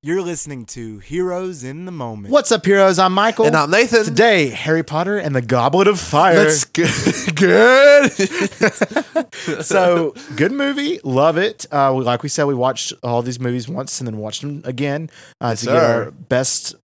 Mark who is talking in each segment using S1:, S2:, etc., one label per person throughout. S1: You're listening to Heroes in the Moment.
S2: What's up, heroes? I'm Michael.
S3: And I'm Nathan.
S2: Today, Harry Potter and the Goblet of Fire.
S3: That's good. good.
S2: so good movie, love it. Uh, we, like we said, we watched all these movies once and then watched them again uh, to get
S3: sir.
S2: our best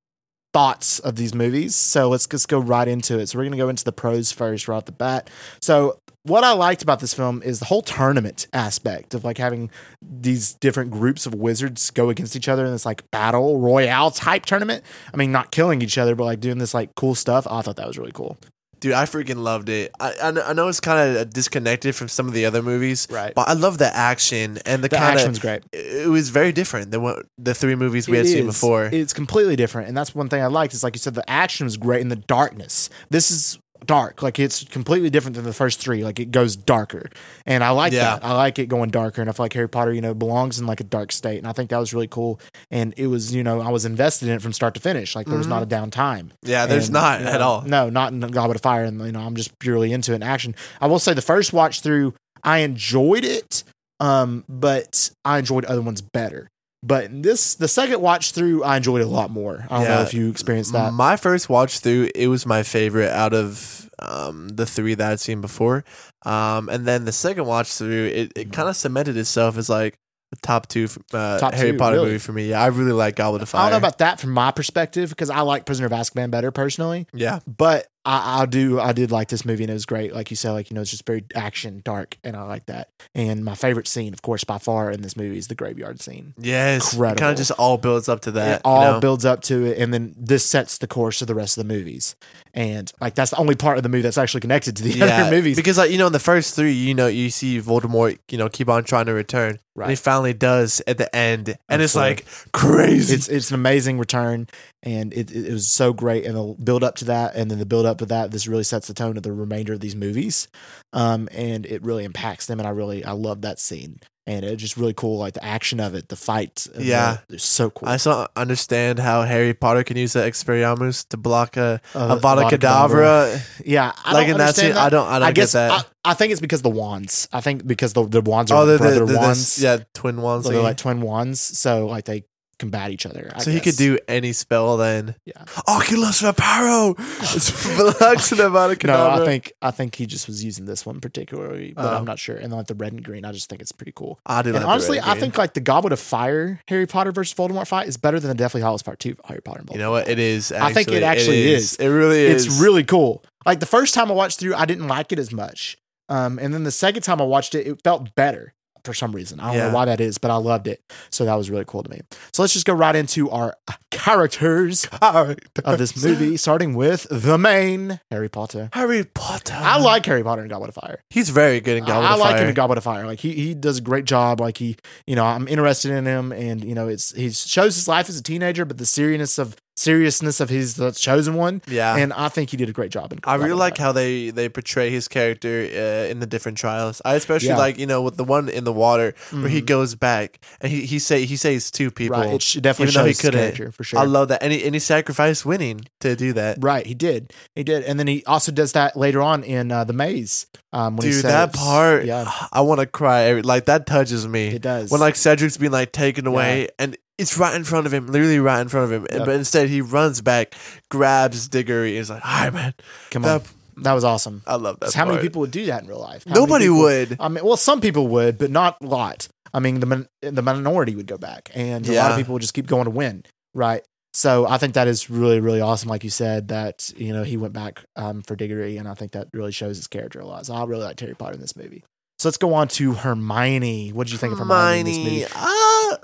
S2: thoughts of these movies. So let's just go right into it. So we're gonna go into the pros first, right off the bat. So what I liked about this film is the whole tournament aspect of like having these different groups of wizards go against each other in this like battle royale type tournament. I mean, not killing each other, but like doing this like cool stuff. I thought that was really cool.
S3: Dude, I freaking loved it. I, I, kn- I know it's kind of disconnected from some of the other movies,
S2: Right.
S3: But I love the action and the,
S2: The
S3: kind
S2: action's
S3: of.
S2: great.
S3: It was very different than what the three movies we had
S2: It
S3: seen
S2: is.
S3: before.
S2: It's completely different, and that's one thing I liked. Is like you said, the action was great in the darkness. This is dark, like it's completely different than the first three. Like it goes darker, and I like
S3: Yeah.
S2: that. I like it going darker, and I feel like Harry Potter, you know, belongs in like a dark state, and I think that was really cool. And it was, you know, I was invested in it from start to finish. Like there was not a
S3: Mm-hmm.
S2: downtime.
S3: yeah, there's
S2: And,
S3: not
S2: you
S3: at
S2: know,
S3: all.
S2: No, not in Goblet of Fire, and you know, I'm just purely into it in action. I will say the first watch through, I enjoyed it, um, but I enjoyed other ones better. But in this, the second watch through, I enjoyed it a lot more. I don't know
S3: Yeah.
S2: if you experienced that.
S3: My first watch through, it was my favorite out of um, the three that I'd seen before. Um, and then the second watch through, it, it kind of cemented itself as like the top two uh,
S2: Top
S3: Harry
S2: two,
S3: Potter
S2: really.
S3: movie for me. Yeah, I really like Goblet of Fire.
S2: I don't know about that from my perspective because I like Prisoner of Azkaban better personally.
S3: yeah.
S2: But I, I do, I did like this movie and it was great. Like you said, like you know, it's just very action, dark, and I like that. And my favorite scene, of course, by far in this movie is the graveyard scene.
S3: Yes, it kind
S2: Incredible.
S3: of just all builds up to that.
S2: it all
S3: you know?
S2: builds up to it and then this sets the course of the rest of the movies and like that's the only part of the movie that's actually connected to the
S3: yeah,
S2: other movies
S3: because like you know, in the first three, you know, you see Voldemort, you know, keep on trying to return, and he
S2: Right.
S3: finally does at the end, and it's
S2: Absolutely.
S3: like crazy.
S2: it's it's an amazing return and it, it, it was so great and the build up to that and then the build up to that this really sets the tone of the remainder of these movies um and it really impacts them and i really i love that scene and it's just really cool like the action of it the fight of
S3: Yeah.
S2: the, it's so cool
S3: I still understand how Harry Potter can use the Expelliarmus to block a,
S2: Uh,
S3: a Avada Kedavra.
S2: yeah I
S3: like
S2: don't
S3: in that
S2: understand
S3: scene, I don't, I don't
S2: I guess
S3: get that.
S2: I, I think it's because the wands. I think because the, the wands are
S3: oh, they're,
S2: brother
S3: the, they're the
S2: wands.
S3: s- yeah, twin wands.
S2: So they're
S3: thingy.
S2: like twin wands, so like they combat each other. I
S3: so he could
S2: guess.
S3: do any spell then.
S2: Yeah.
S3: Oculus Reparo. Blocks an Avada
S2: No, I
S3: Kedavra.
S2: think I think he just was using this one particularly, but
S3: Oh.
S2: I'm not sure. And like the red and green, I just think it's pretty cool.
S3: I do
S2: And
S3: like the
S2: honestly,
S3: red
S2: I
S3: green.
S2: think like the Goblet of Fire Harry Potter versus Voldemort fight is better than the Deathly Hollows Part Two Harry Potter. And
S3: you
S2: Voldemort.
S3: know what it is. Actually.
S2: I think it actually is.
S3: It really is.
S2: it's really cool. Like the first time I watched through, I didn't like it as much, um, and then the second time I watched it, it felt better for some reason. I don't
S3: Yeah.
S2: know why that is, but I loved it. So that was really cool to me. So let's just go right into our uh, characters. of this movie, starting with the main Harry Potter.
S3: Harry Potter.
S2: I like Harry Potter in Goblet of Fire.
S3: He's very good in Uh-huh. Goblet
S2: I, I
S3: of
S2: like
S3: Fire.
S2: him in Goblet of Fire. Like he he does a great job. Like he, you know, I'm interested in him, and you know, it's he shows his life as a teenager, but the seriousness of seriousness of his the chosen one,
S3: yeah.
S2: and I think he did a great job. In
S3: I really
S2: Goblet of
S3: like
S2: Fire.
S3: how they they portray his character uh, in the different trials. I especially
S2: Yeah.
S3: like you know with the one in the water where he
S2: Mhm.
S3: goes back and he he say he saves two people.
S2: Right, it sh- definitely
S3: even though
S2: shows
S3: he
S2: his
S3: couldn't.
S2: character for sure.
S3: I love that, and he, and he sacrificed winning to do that.
S2: Right, he did. He did, and then he also does that later on in uh, the maze. Um, when he
S3: Dude, that
S2: saves-
S3: part,
S2: yeah,
S3: I want to cry. every- Like that touches me
S2: it does.
S3: when like Cedric's being like taken away and. It's right in front of him, literally right in front of him. And
S2: Yep.
S3: But instead, he runs back, grabs Diggory, and is like, "All right, man,
S2: come on,
S3: that,
S2: that, was awesome.
S3: I love that."
S2: Because how many
S3: part.
S2: people would do that in real life? How many
S3: Nobody
S2: people-
S3: would.
S2: I mean, well, some people would, but not a lot. I mean, the min- the minority would go back, and a lot
S3: Yeah.
S2: of people would just keep going to win, right? So I think that is really, really awesome. Like you said, that you know he went back um, for Diggory, and I think that really shows his character a lot. So I really like Harry Potter in this movie. So let's go on to Hermione. What did you think of Hermione in this movie?
S3: Ah,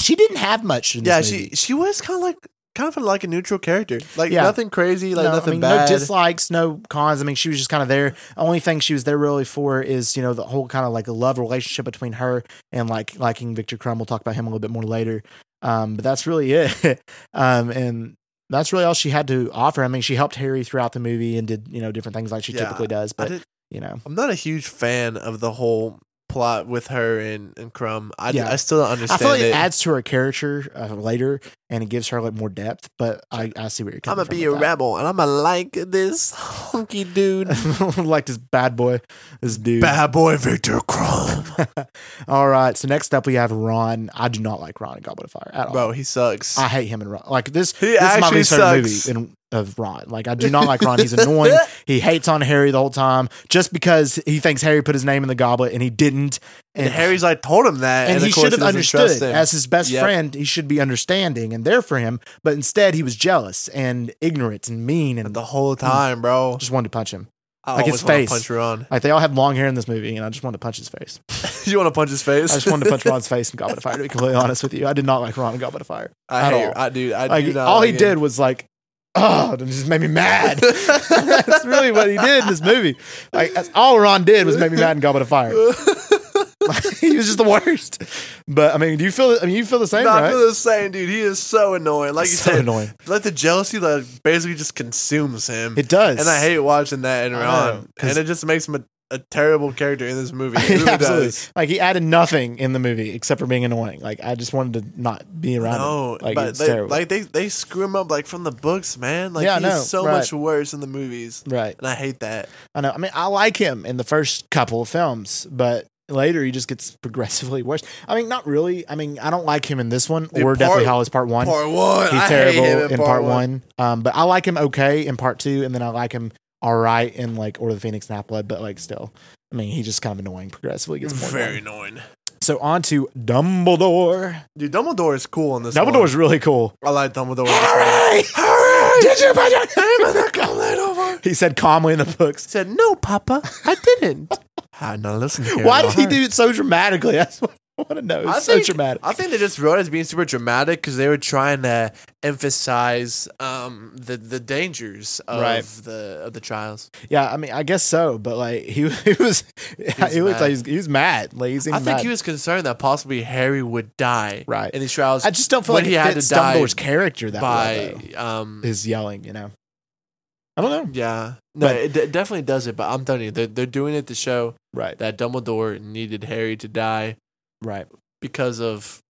S2: She didn't have much in this
S3: yeah,
S2: movie.
S3: she she was kind of like kind of like a neutral character, like
S2: Yeah.
S3: nothing crazy, like
S2: no,
S3: nothing
S2: I mean,
S3: bad.
S2: No dislikes, no cons. I mean, she was just kind of there. Only thing she was there really for is you know the whole kind of like love relationship between her and like liking Victor Crumb. We'll talk about him a little bit more later. Um, but that's really it. um, and that's really all she had to offer. I mean, she helped Harry throughout the movie and did you know different things like she
S3: Yeah,
S2: typically does.
S3: I
S2: But
S3: did-
S2: you know,
S3: I'm not a huge fan of the whole plot with her and and Crumb. I,
S2: Yeah.
S3: I still don't
S2: I
S3: understand
S2: feel like it
S3: it.
S2: adds to her character uh, later, and it gives her like more depth. But I, I see where you're
S3: I'm
S2: coming from.
S3: gonna be a
S2: with that.
S3: rebel and I'm gonna like this hunky dude.
S2: like this bad boy, this dude.
S3: Bad boy Victor Crumb.
S2: all right. So next up we have Ron. I do not like Ron in Goblet of Fire at all.
S3: Bro, he sucks.
S2: I hate him and Ron. Like this,
S3: He
S2: this is my
S3: actually
S2: least
S3: sucks.
S2: favorite movie in, of Ron. Like I do not like Ron. He's annoying. He hates on Harry the whole time just because he thinks Harry put his name in the goblet and he didn't.
S3: and Harry's like told him that,
S2: and,
S3: and,
S2: he
S3: of course
S2: should have
S3: doesn't trust
S2: understood
S3: him.
S2: as his best
S3: Yep.
S2: friend. He should be understanding and there for him. But instead, he was jealous and ignorant and mean and
S3: the whole time, bro.
S2: just wanted to punch him.
S3: I
S2: like his
S3: always wanna
S2: face.
S3: Punch Ron.
S2: Like they all had long hair in this movie, and I just wanted to punch his face.
S3: you want to punch his face?
S2: I just wanted to punch Ron's face in Goblet of Fire. To be completely honest with you, I did not like Ron in Goblet of Fire.
S3: I
S2: at
S3: hate.
S2: all.
S3: I do. I do
S2: Like
S3: not
S2: all he
S3: like it.
S2: did was like, oh, it just made me mad. that's really what he did in this movie. Like that's all Ron did was make me mad in Goblet of Fire. he was just the worst. But I mean, do you feel? I mean, you feel the same,
S3: No,
S2: right?
S3: I feel the same, dude. He is so annoying. Like you
S2: so
S3: said,
S2: annoying.
S3: like the jealousy like basically just consumes him.
S2: It does,
S3: and I hate watching that in
S2: I know,
S3: Ron,
S2: 'cause-
S3: and it just makes him a, a terrible character in this movie. It really
S2: Absolutely.
S3: does.
S2: Like he added nothing in the movie except for being annoying. Like I just wanted to not be around
S3: No,
S2: him. Like
S3: but
S2: it's
S3: they,
S2: terrible.
S3: like they they screw him up like from the books, man. Like
S2: Yeah, I
S3: he's
S2: know,
S3: so
S2: right.
S3: much worse in the movies,
S2: right.
S3: and I hate that.
S2: I know. I mean, I like him in the first couple of films, but later he just gets progressively worse. I mean, not really. I mean, I don't like him in this one or
S3: Dude, part-
S2: Deathly Hollows Part One.
S3: Part one,
S2: He's
S3: I hate
S2: terrible
S3: him
S2: in Part, One, um, but I like him okay in Part Two, and then I like him all right in like Order of the Phoenix and Half-Blood, but like still. I mean, he's just kind of annoying progressively. Gets more
S3: Very
S2: annoying.
S3: annoying,
S2: So on to Dumbledore.
S3: dude. Dumbledore is cool in this.
S2: Dumbledore's really cool.
S3: one. I like Dumbledore.
S2: Hurry! Did you put your name in the
S3: Right over.
S2: He said calmly in the books.
S3: Said no, Papa, I didn't. I now listen. Here,
S2: Why
S3: now.
S2: did he do it so dramatically? That's what I want to know. It's
S3: I
S2: so
S3: think-
S2: dramatic.
S3: I think they just wrote it as being super dramatic because they were trying to emphasize um, the the dangers of
S2: Right.
S3: the of the trials.
S2: yeah, I mean, I guess so, but like he, he was, he looked
S3: mad.
S2: like he was, he was mad. Like, he seemed
S3: I think
S2: mad.
S3: he was concerned that possibly Harry would die
S2: Right.
S3: in these trials
S2: I just don't feel
S3: when
S2: like
S3: he
S2: it
S3: had to
S2: fits
S3: die
S2: Dumbledore's character that
S3: by
S2: well.
S3: um
S2: Though. His yelling, you know. I don't know.
S3: yeah no
S2: But-
S3: it d- definitely does it but I'm telling you they're, they're doing it to show
S2: Right.
S3: that Dumbledore needed Harry to die
S2: Right.
S3: because of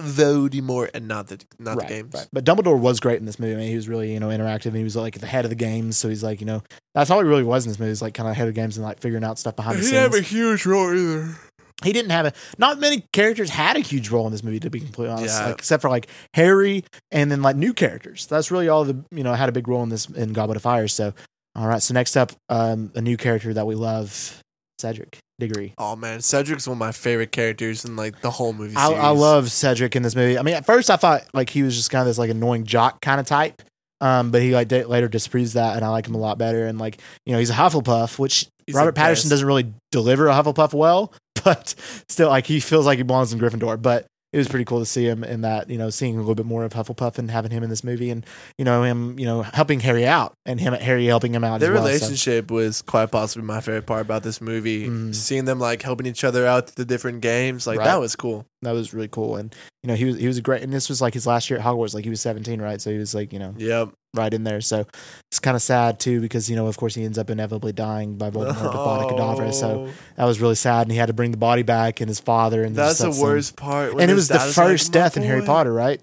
S3: Voldemort and not the not
S2: right,
S3: the games
S2: right. But Dumbledore was great in this movie. I mean, he was really, you know, interactive. and He was like at the head of the games. So he's like, you know, that's all he really was in this movie. Is like kind of head of games and like figuring out stuff behind the scenes.
S3: huge role either
S2: he didn't have a not many characters had a huge role in this movie to be completely honest
S3: Yeah.
S2: like, except for like harry and then like new characters that's really all the you know had a big role in this in goblet of fire so all right so next up um a new character that we love cedric diggory
S3: oh man Cedric's one of my favorite characters in like the whole movie
S2: I,
S3: series.
S2: I love cedric in this movie i mean at first i thought like he was just kind of this like annoying jock kind of type um, but he like da- later disproves that, and I like him a lot better. And like you know, he's a Hufflepuff, which
S3: He's
S2: Robert
S3: the best.
S2: Patterson doesn't really deliver a Hufflepuff well, but still, like he feels like he belongs in Gryffindor. But it was pretty cool to see him in that, you know, seeing a little bit more of Hufflepuff and having him in this movie, and you know him, you know, helping Harry out and him Harry helping him out.
S3: Their
S2: as well, so-
S3: relationship was quite possibly my favorite part about this movie.
S2: Mm.
S3: Seeing them like helping each other out through the different games, like
S2: Right.
S3: that was cool.
S2: that was really cool, and you know he was he was a great. And this was like his last year at Hogwarts, like he was seventeen, right? So he was like you know
S3: Yep.
S2: right in there. So it's kind of sad too because you know of course he ends up inevitably dying by Voldemort, Avada Kedavra. So
S3: Oh,
S2: that was really sad, and he had to bring the body back and his father. And
S3: that's the
S2: just that scene.
S3: worst part. when
S2: And it
S3: his
S2: was the
S3: dad is like,
S2: first
S3: "My
S2: death in Harry
S3: boy."
S2: Potter, right?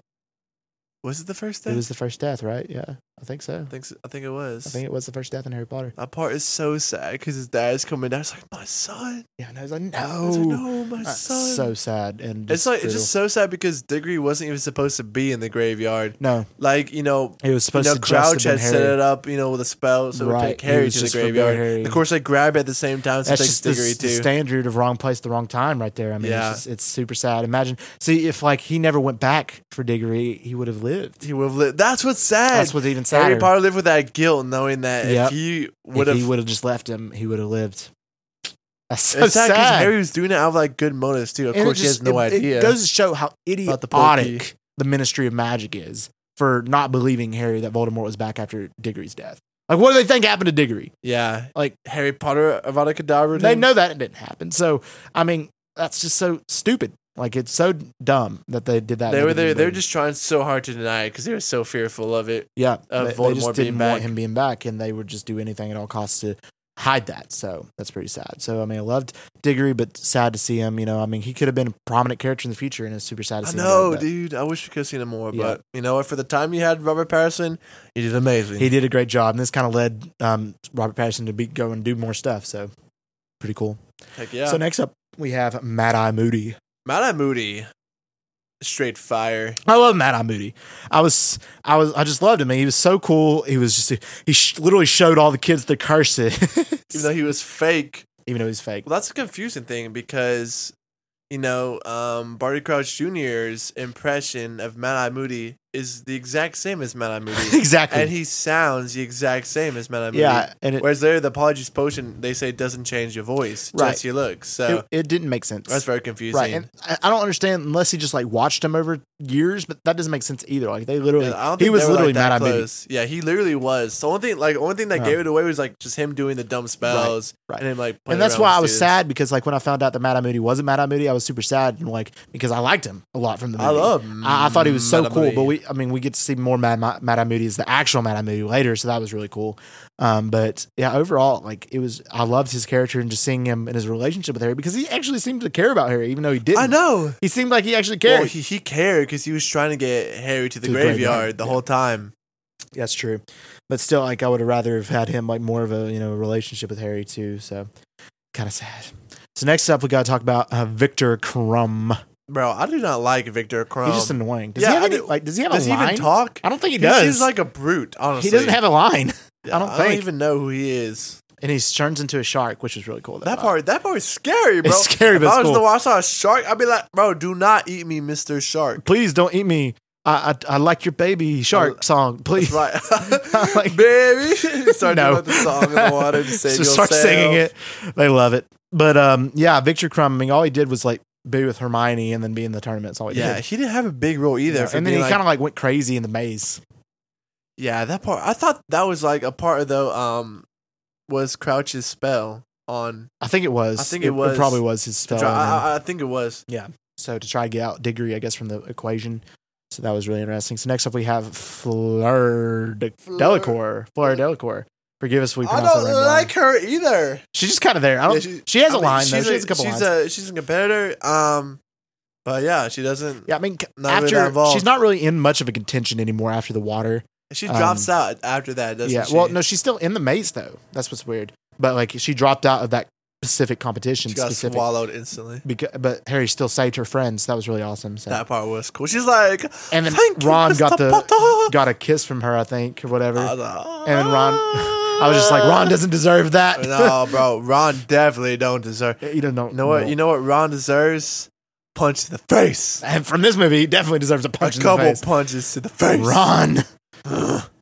S3: Was it the first death?
S2: It was the first death, right? Yeah, I think so.
S3: I think so- I think it was.
S2: I think it was the first death in Harry Potter.
S3: that part is so sad because his dad's coming down. It's like my son.
S2: Yeah, and I was like,
S3: I was like,
S2: no,
S3: no, my
S2: Oh, That's
S3: son.
S2: so sad. And
S3: it's like it's
S2: brutal.
S3: just so sad because Diggory wasn't even supposed to be in the graveyard.
S2: no,
S3: Like you know,
S2: it was supposed
S3: you
S2: to
S3: know, Crouch
S2: just have
S3: had
S2: been
S3: set
S2: Harry.
S3: it up, you know, with a spell, so it would
S2: Right,
S3: take
S2: it
S3: Harry
S2: was
S3: to the
S2: just for Harry.
S3: graveyard. Of course, they grab it at the same time, so it
S2: That's
S3: takes
S2: just the,
S3: Diggory
S2: the
S3: too.
S2: standard of wrong place, the wrong time, right there. I mean,
S3: Yeah.
S2: it's, just, it's super sad. Imagine, see, if like he never went back for Diggory, he would have lived.
S3: He would have lived. That's what's sad.
S2: That's what's even sadder.
S3: Harry Potter lived with that guilt, knowing that
S2: Yep.
S3: if he would
S2: if
S3: have,
S2: he would have just left him, he would have lived. That's so
S3: it's sad because
S2: sad.
S3: Harry was doing it out of like good motives too. Of
S2: And it
S3: course, he has
S2: just-
S3: no
S2: it-
S3: idea.
S2: It goes to show how
S3: About the
S2: idiotic the Ministry of Magic is for not believing Harry that Voldemort was back after Diggory's death. Like, what do they think happened to Diggory?
S3: yeah,
S2: Like,
S3: Harry Potter, Avada Kedavra.
S2: they
S3: didn't-
S2: know that it didn't happen. So, I mean, that's just so stupid. Like, it's so dumb that they did that.
S3: they
S2: in the
S3: were there. They were
S2: movie.
S3: just trying so hard to deny it because they were so fearful of it.
S2: yeah. they,
S3: of
S2: they
S3: Voldemort
S2: just
S3: being
S2: didn't
S3: back.
S2: want him being back, and they would just do anything at all costs to hide that. So that's pretty sad. So I mean, I loved Diggory, but sad to see him. You know, I mean, he could have been a prominent character in the future, and it's super sad to
S3: I
S2: see. him go,
S3: know,
S2: but
S3: dude. I wish we could have seen him more,
S2: Yeah.
S3: but you know what? For the time you had Robert Patterson, you did amazing.
S2: He did a great job, and this kind of led um, Robert Patterson to be, go and do more stuff. So pretty cool.
S3: Heck yeah.
S2: So next up, we have Mad Eye Moody.
S3: Mad Eye Moody, straight fire.
S2: I love Mad Eye Moody. I was, I was, I just loved him. man. He was so cool. He was just, he sh- literally showed all the kids the curses,
S3: Even though he was fake.
S2: even though he's fake.
S3: Well, that's a confusing thing because, you know, um, Barty Crouch Jr.'s impression of Mad Eye Moody is the exact same as Mad Eye Moody.
S2: exactly.
S3: and he sounds the exact same as Mad Eye Moody.
S2: yeah, and it,
S3: Whereas there, the apologies potion, they say doesn't change your voice,
S2: Right.
S3: just your looks. So
S2: it, it didn't make sense.
S3: that's very confusing.
S2: right. And I, I don't understand unless he just like watched him over years, but that doesn't make sense either. Like they literally,
S3: Yeah, I don't
S2: he
S3: think
S2: was
S3: they were, like,
S2: literally
S3: that
S2: Mad Eye Moody.
S3: close. Yeah, he literally was. So one thing, like one thing that
S2: Yeah.
S3: gave it away was like just him doing the dumb spells
S2: right.
S3: and him like. playing
S2: And that's
S3: around
S2: why
S3: with
S2: I was
S3: students.
S2: sad because like when I found out that Mad Eye Moody wasn't Mad Eye Moody, I was super sad and like because I liked him a lot from the movie.
S3: I love.
S2: I, I thought he was so
S3: Madame
S2: cool,
S3: Moody.
S2: but we, I mean, we get to see more Mad, Mad, Mad Eye Moody as the actual Mad Eye Moody later, so that was really cool. Um, but yeah, overall, like it was, I loved his character and just seeing him and his relationship with Harry because he actually seemed to care about Harry, even though he didn't.
S3: I know.
S2: He seemed like he actually cared.
S3: Well, he, he cared because he was trying to get Harry to the,
S2: To the
S3: graveyard,
S2: graveyard,
S3: the
S2: yeah.
S3: whole time.
S2: That's true, but still, like I would have rather have had him like more of a you know relationship with Harry too. So kind of sad. So next up, we got to talk about uh, Victor Crumb.
S3: Bro, I do not like Victor Crumb.
S2: He's just annoying. Does
S3: Yeah,
S2: he have
S3: I
S2: any,
S3: do-
S2: like? Does he have
S3: does
S2: a
S3: he
S2: line?
S3: even talk?
S2: I don't think he
S3: He
S2: does.
S3: seems like a brute. Honestly,
S2: he doesn't have a line, I don't think.
S3: even know who he is.
S2: and he turns into a shark, which is really cool. though.
S3: That
S2: I-
S3: part, that part is scary, bro.
S2: uh, It's scary, but
S3: if
S2: it's
S3: I was
S2: cool.
S3: the one, I saw a shark. I'd be like, bro, do not eat me, Mister Shark.
S2: please don't eat me. I I, I like your baby shark song. Please,
S3: That's right.
S2: Like-
S3: Baby. Start
S2: No.
S3: doing the song in the water to save
S2: Just start
S3: yourself.
S2: singing it. They love it. But um, yeah, Victor Crumb. I mean, all he did was like be with Hermione and then be in the tournament. That's all he
S3: Yeah,
S2: did.
S3: he didn't have a big role either.
S2: Yeah,
S3: for
S2: and then
S3: being
S2: he
S3: like,
S2: kind of like went crazy in the maze.
S3: yeah, that part. I thought that was like a part of the um was Crouch's spell on.
S2: I think it was.
S3: I think it was.
S2: probably was his spell.
S3: I, I, I think it was.
S2: so to try to get out Diggory, I guess, from the equation. So that was really interesting. So next up, we have Fleur de-
S3: Fleur-
S2: Delacour. Fleur Delacour. Forgive us if we
S3: I
S2: pronounce that
S3: don't
S2: name wrong.
S3: like her either.
S2: She's just kind of there. I don't.
S3: Yeah,
S2: she, has
S3: I
S2: a
S3: mean,
S2: line though.
S3: she's
S2: She has a couple
S3: she's
S2: lines.
S3: A, she's a competitor. Um, but yeah, she doesn't.
S2: yeah, I mean, c-
S3: not really that
S2: after
S3: involved.
S2: she's not really in much of a contention anymore after the water.
S3: She
S2: um,
S3: drops out after that, doesn't
S2: yeah.
S3: she?
S2: Well, no, she's still in the maze though. That's what's weird. But like, she dropped out of that specific competition.
S3: she got
S2: specific.
S3: swallowed instantly.
S2: Beca- but Harry still saved her friends. That was really awesome. So.
S3: That part was cool. She's like,
S2: and then
S3: Thank you,
S2: Ron
S3: Mr.
S2: got the
S3: Potter.
S2: got a kiss from her, I think, or whatever.
S3: I was like,
S2: And then Ron- I was just like, Ron doesn't deserve that.
S3: no, bro. Ron definitely don't deserve.
S2: you don't know.
S3: You know what?
S2: no.
S3: You know what? Ron deserves punch to the face.
S2: and from this movie, he definitely deserves a
S3: A
S2: punch in the
S3: couple
S2: face.
S3: punches to the face.
S2: Ron.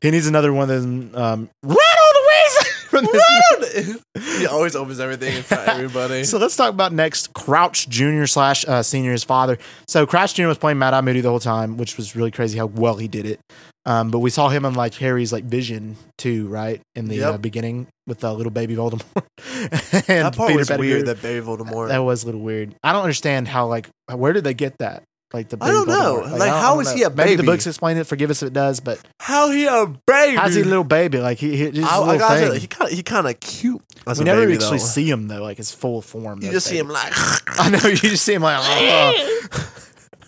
S2: He needs another one of them. Um, Ron all the ways from this
S3: he always opens everything in front of everybody.
S2: So let's talk about next Crouch Jr. slash uh, Senior's father. So Crouch Jr. was playing Mad Eye Moody the whole time, which was really crazy how well he did it. Um, but we saw him in like Harry's like vision too, right? In the
S3: Yep.
S2: uh, beginning with the little baby Voldemort. and
S3: that part
S2: Peter
S3: was
S2: Pettigrew.
S3: weird. That Barry Voldemort.
S2: that was a little weird. I don't understand how like where did they get that? Like the
S3: I don't
S2: baby
S3: know.
S2: Voldemort.
S3: Like,
S2: I don't- I
S3: how
S2: don't
S3: is
S2: know.
S3: he a
S2: Maybe the
S3: baby?
S2: books explain it. Forgive us if it does, but
S3: How he a baby?
S2: how's he a little baby? Like he, he just a
S3: I, I
S2: little
S3: gotta
S2: thing.
S3: say, he kind of he kind of cute. As
S2: we
S3: a
S2: never
S3: baby,
S2: actually
S3: though.
S2: see him though, like his full form.
S3: You
S2: though,
S3: just see
S2: baby.
S3: him like.
S2: I know you just see him like, uh, "Ugh."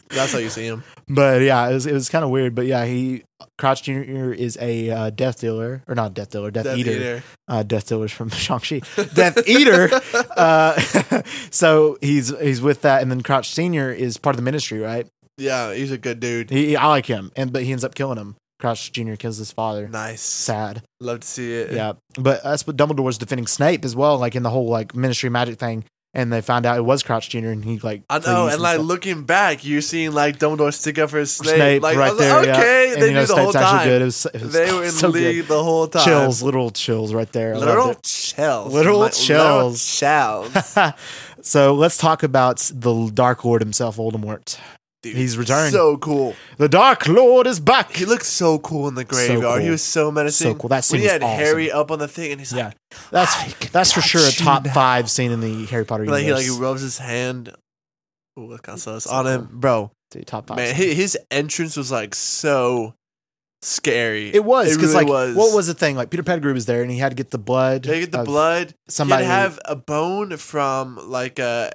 S3: That's how you see him.
S2: but yeah, it was, it was kind of weird. But yeah, he Crouch Junior is a uh, death dealer, or not death dealer, death,
S3: Death
S2: eater.
S3: Eater.
S2: Uh, death dealers from Shang Chi, Death Eater. Uh, so he's he's with that, and then Crouch Senior is part of the ministry, right?
S3: Yeah, he's a good dude.
S2: He, I like him, and but he ends up killing him. Crouch Junior kills his father.
S3: Nice.
S2: Sad.
S3: Love to see it.
S2: Yeah, but that's what Dumbledore's defending Snape as well, like in the whole like ministry magic thing. And they found out it was Crouch Junior, and he like
S3: I
S2: flees
S3: know, and like
S2: stuff.
S3: looking back, you're seeing like Dumbledore stick up for Snape,
S2: Snape
S3: like I
S2: right
S3: was
S2: there.
S3: Like, okay,
S2: yeah.
S3: they
S2: and, you know,
S3: knew the
S2: Snape's
S3: whole
S2: actually
S3: time.
S2: Good. It was, it was
S3: They were in
S2: so
S3: league
S2: good.
S3: the whole time.
S2: Chills, little chills right there. I loved
S3: little
S2: it.
S3: chills,
S2: Literal
S3: Like,
S2: chills.
S3: chills.
S2: so let's talk about the Dark Lord himself, Voldemort.
S3: Dude,
S2: He's returned.
S3: So cool.
S2: The Dark Lord is back.
S3: He looked so cool in the graveyard. He
S2: cool.
S3: was so menacing.
S2: So cool. That scene
S3: when he
S2: was
S3: had
S2: awesome.
S3: Harry up on the thing, and he's
S2: Yeah,
S3: like, I
S2: that's
S3: can
S2: that's for sure a
S3: touch you
S2: top
S3: now.
S2: five scene in the Harry Potter
S3: like he
S2: universe.
S3: like he rubs his hand. Ooh, look how sus
S2: So
S3: on him,
S2: cool.
S3: bro.
S2: Dude, top five.
S3: Man,
S2: scene.
S3: hi- his entrance was like so scary.
S2: It was
S3: It
S2: because
S3: really
S2: like
S3: was.
S2: what was the thing? Like Peter Pettigrew was there, and he had to get the blood.
S3: They get the
S2: of
S3: blood.
S2: Somebody
S3: You'd have a bone from like a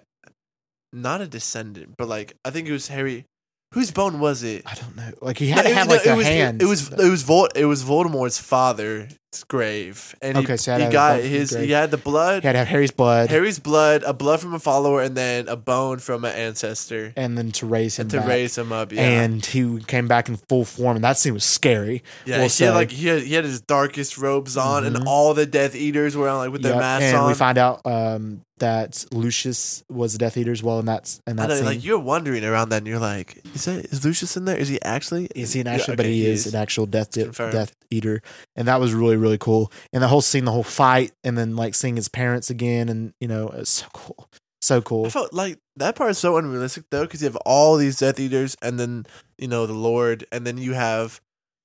S3: not a descendant, but like I think it was Harry. Whose bone was it?
S2: I don't know. Like he had to
S3: No, it-
S2: have
S3: no,
S2: like
S3: it
S2: the
S3: was,
S2: hand.
S3: It, was it was Vol- it was Voldemort's father's grave, and he,
S2: Okay, so he
S3: he
S2: had a
S3: got
S2: bone from
S3: his
S2: the grave.
S3: he had the blood,
S2: he had to have Harry's blood,
S3: Harry's blood, a blood from a follower, and then a bone from an ancestor
S2: and then to raise him
S3: to
S2: back.
S3: raise him up. Yeah,
S2: And he came back in full form, and that scene was scary. we'll
S3: yeah. he had
S2: say.
S3: like he had, he had his darkest robes on,
S2: Mhm.
S3: and all the Death Eaters were on like with their
S2: Yep,
S3: masks
S2: and
S3: on.
S2: we find out um, that Lucius was the Death Eater as well, and that's and
S3: I
S2: that
S3: know,
S2: scene.
S3: like you're wondering around that, and you're like, is that is Lucius in there? Is he actually?
S2: is he an
S3: Yeah,
S2: actual? but
S3: okay,
S2: he, is, an actual Death
S3: It's confirmed.
S2: Death Eater, and that was really really cool. And the whole scene, the whole fight, and then like seeing his parents again, and you know, it's so cool, so
S3: I
S2: cool.
S3: felt like that part is so unrealistic though, because you have all these Death Eaters, and then you know the Lord, and then you have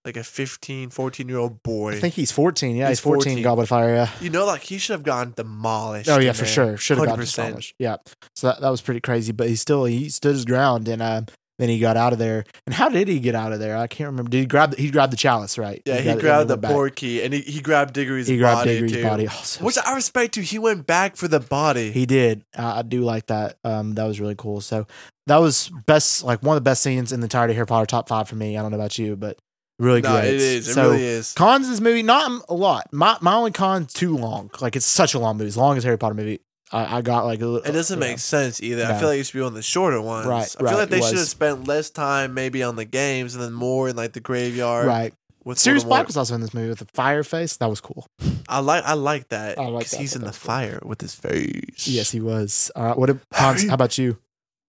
S3: like a 15, 14 year old boy.
S2: I think he's fourteen. Yeah,
S3: He's
S2: he's, 14,
S3: 14.
S2: Goblet of Fire. Yeah.
S3: you know, like he should have gone demolished.
S2: Oh yeah,
S3: in
S2: for
S3: there.
S2: sure. Should have got
S3: 100%.
S2: demolished. Yeah. So that, that was pretty crazy. But he still he stood his ground and uh, then he got out of there. And how did he get out of there? I can't remember. Did he grab the, he grabbed the chalice, right?
S3: Yeah, he
S2: got it and
S3: grabbed the
S2: went back.
S3: porky, and he, he grabbed Diggory's
S2: He grabbed
S3: body
S2: Diggory's
S3: too.
S2: body. Oh, so
S3: Which I respect too. He went back for the body.
S2: He did. I I do like that. Um, that was really cool. So that was best, like one of the best scenes in the entire Harry Potter top five for me. I don't know about you, but really
S3: no,
S2: great.
S3: it is. It
S2: so
S3: really is.
S2: cons of this movie, not a lot. My my only con, too long. Like it's such a long movie, as long as Harry Potter movie. I, I got like a little.
S3: It doesn't
S2: yeah.
S3: make sense either. I
S2: No.
S3: feel like it should be one of the shorter ones.
S2: Right,
S3: I feel
S2: right,
S3: like they
S2: it
S3: should
S2: was.
S3: have spent less time maybe on the games and then more in like the graveyard.
S2: right.
S3: With
S2: Sirius
S3: Voldemort.
S2: Black was also in this movie with the fire face. That was cool.
S3: I like I like that.
S2: I like
S3: because
S2: that.
S3: he's in the
S2: That's cool.
S3: fire with his face.
S2: Yes, he was. All right. What ab- cons? How about you?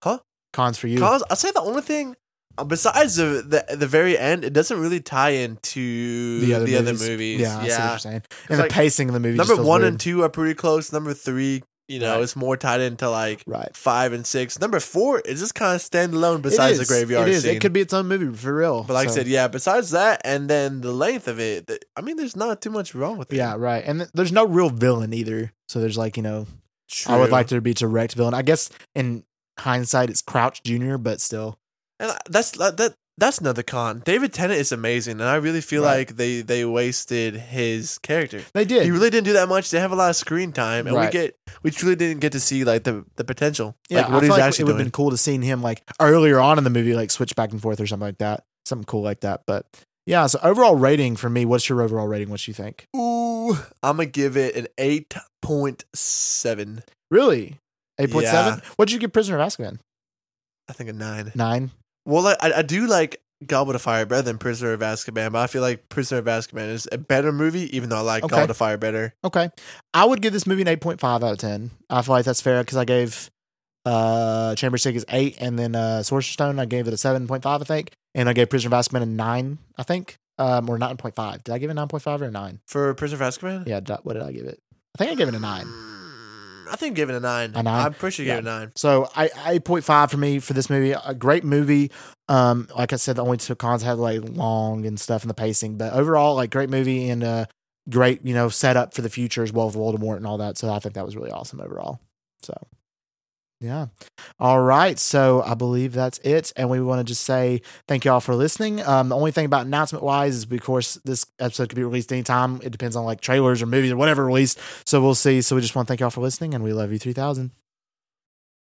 S3: Huh?
S2: Cons for you?
S3: Cause I'll say the only thing uh, besides the, the the very end, it doesn't really tie into the other, movies.
S2: Yeah, I see what you're saying. And
S3: like,
S2: the pacing of the movie.
S3: Number
S2: just feels
S3: one
S2: weird.
S3: and two are pretty close. Number three, you know,
S2: Right.
S3: it's more tied into like
S2: Right.
S3: five and six. Number four is just kind of standalone
S2: It
S3: besides the
S2: is.
S3: graveyard
S2: It is.
S3: scene.
S2: It could be its own movie for real.
S3: but like I
S2: So,
S3: said, yeah. Besides that, and then the length of it, th- I mean, there's not too much wrong with it.
S2: yeah, right. And th- there's no real villain either. So there's like you know, I would
S3: True.
S2: like there to be a direct villain. I guess in hindsight, it's Crouch Junior, but still,
S3: And I- that's like, that. That's another con. David Tennant is amazing, and I really feel
S2: Right.
S3: like they they wasted his character.
S2: they did.
S3: He really didn't do that much. They have a lot of screen time, and we
S2: Right.
S3: get we truly didn't get to see like the the potential.
S2: yeah,
S3: like, what
S2: I
S3: he's
S2: feel like it
S3: actually
S2: would have
S3: doing.
S2: been cool to seen him like earlier on in the movie, like switch back and forth or something like that, something cool like that. But yeah, so overall rating for me, what's your overall rating? What you think?
S3: Ooh, I'm gonna give it an eight point seven.
S2: Really, eight point seven. What'd you give Prisoner of Azkaban?
S3: I think a nine.
S2: Nine.
S3: Well, like, I I do like Goblet of Fire better than Prisoner of Azkaban, but I feel like Prisoner of Azkaban is a better movie, even though I like
S2: Okay.
S3: Goblet of Fire better.
S2: Okay. I would give this movie an 8.5 out of 10. I feel like that's fair because I gave uh Chamber Sick is 8 and then uh Sorcerer's Stone I gave it a 7.5 I think and I gave Prisoner of Azkaban a 9 I think um or 9.5. Did I give it 9.5 or a 9?
S3: For Prisoner of Azkaban,
S2: Yeah, d- what did I give it? I think I gave it a 9.
S3: Mm, I think giving a nine.
S2: A nine?
S3: I'm pretty sure you
S2: Yeah.
S3: gave it a nine.
S2: So I 8.5 for me for this movie. A great movie. Um like I said the only two cons I had like long and stuff and the pacing, but overall like great movie and uh great, you know, setup for the future as well with Voldemort and all that. So I think that was really awesome overall. So yeah. All right. So I believe that's it. And we want to just say thank you all for listening. Um, the only thing about announcement wise is, of course, this episode could be released anytime. It depends on like trailers or movies or whatever released. So we'll see. So we just want to thank you all for listening and we love you 3000.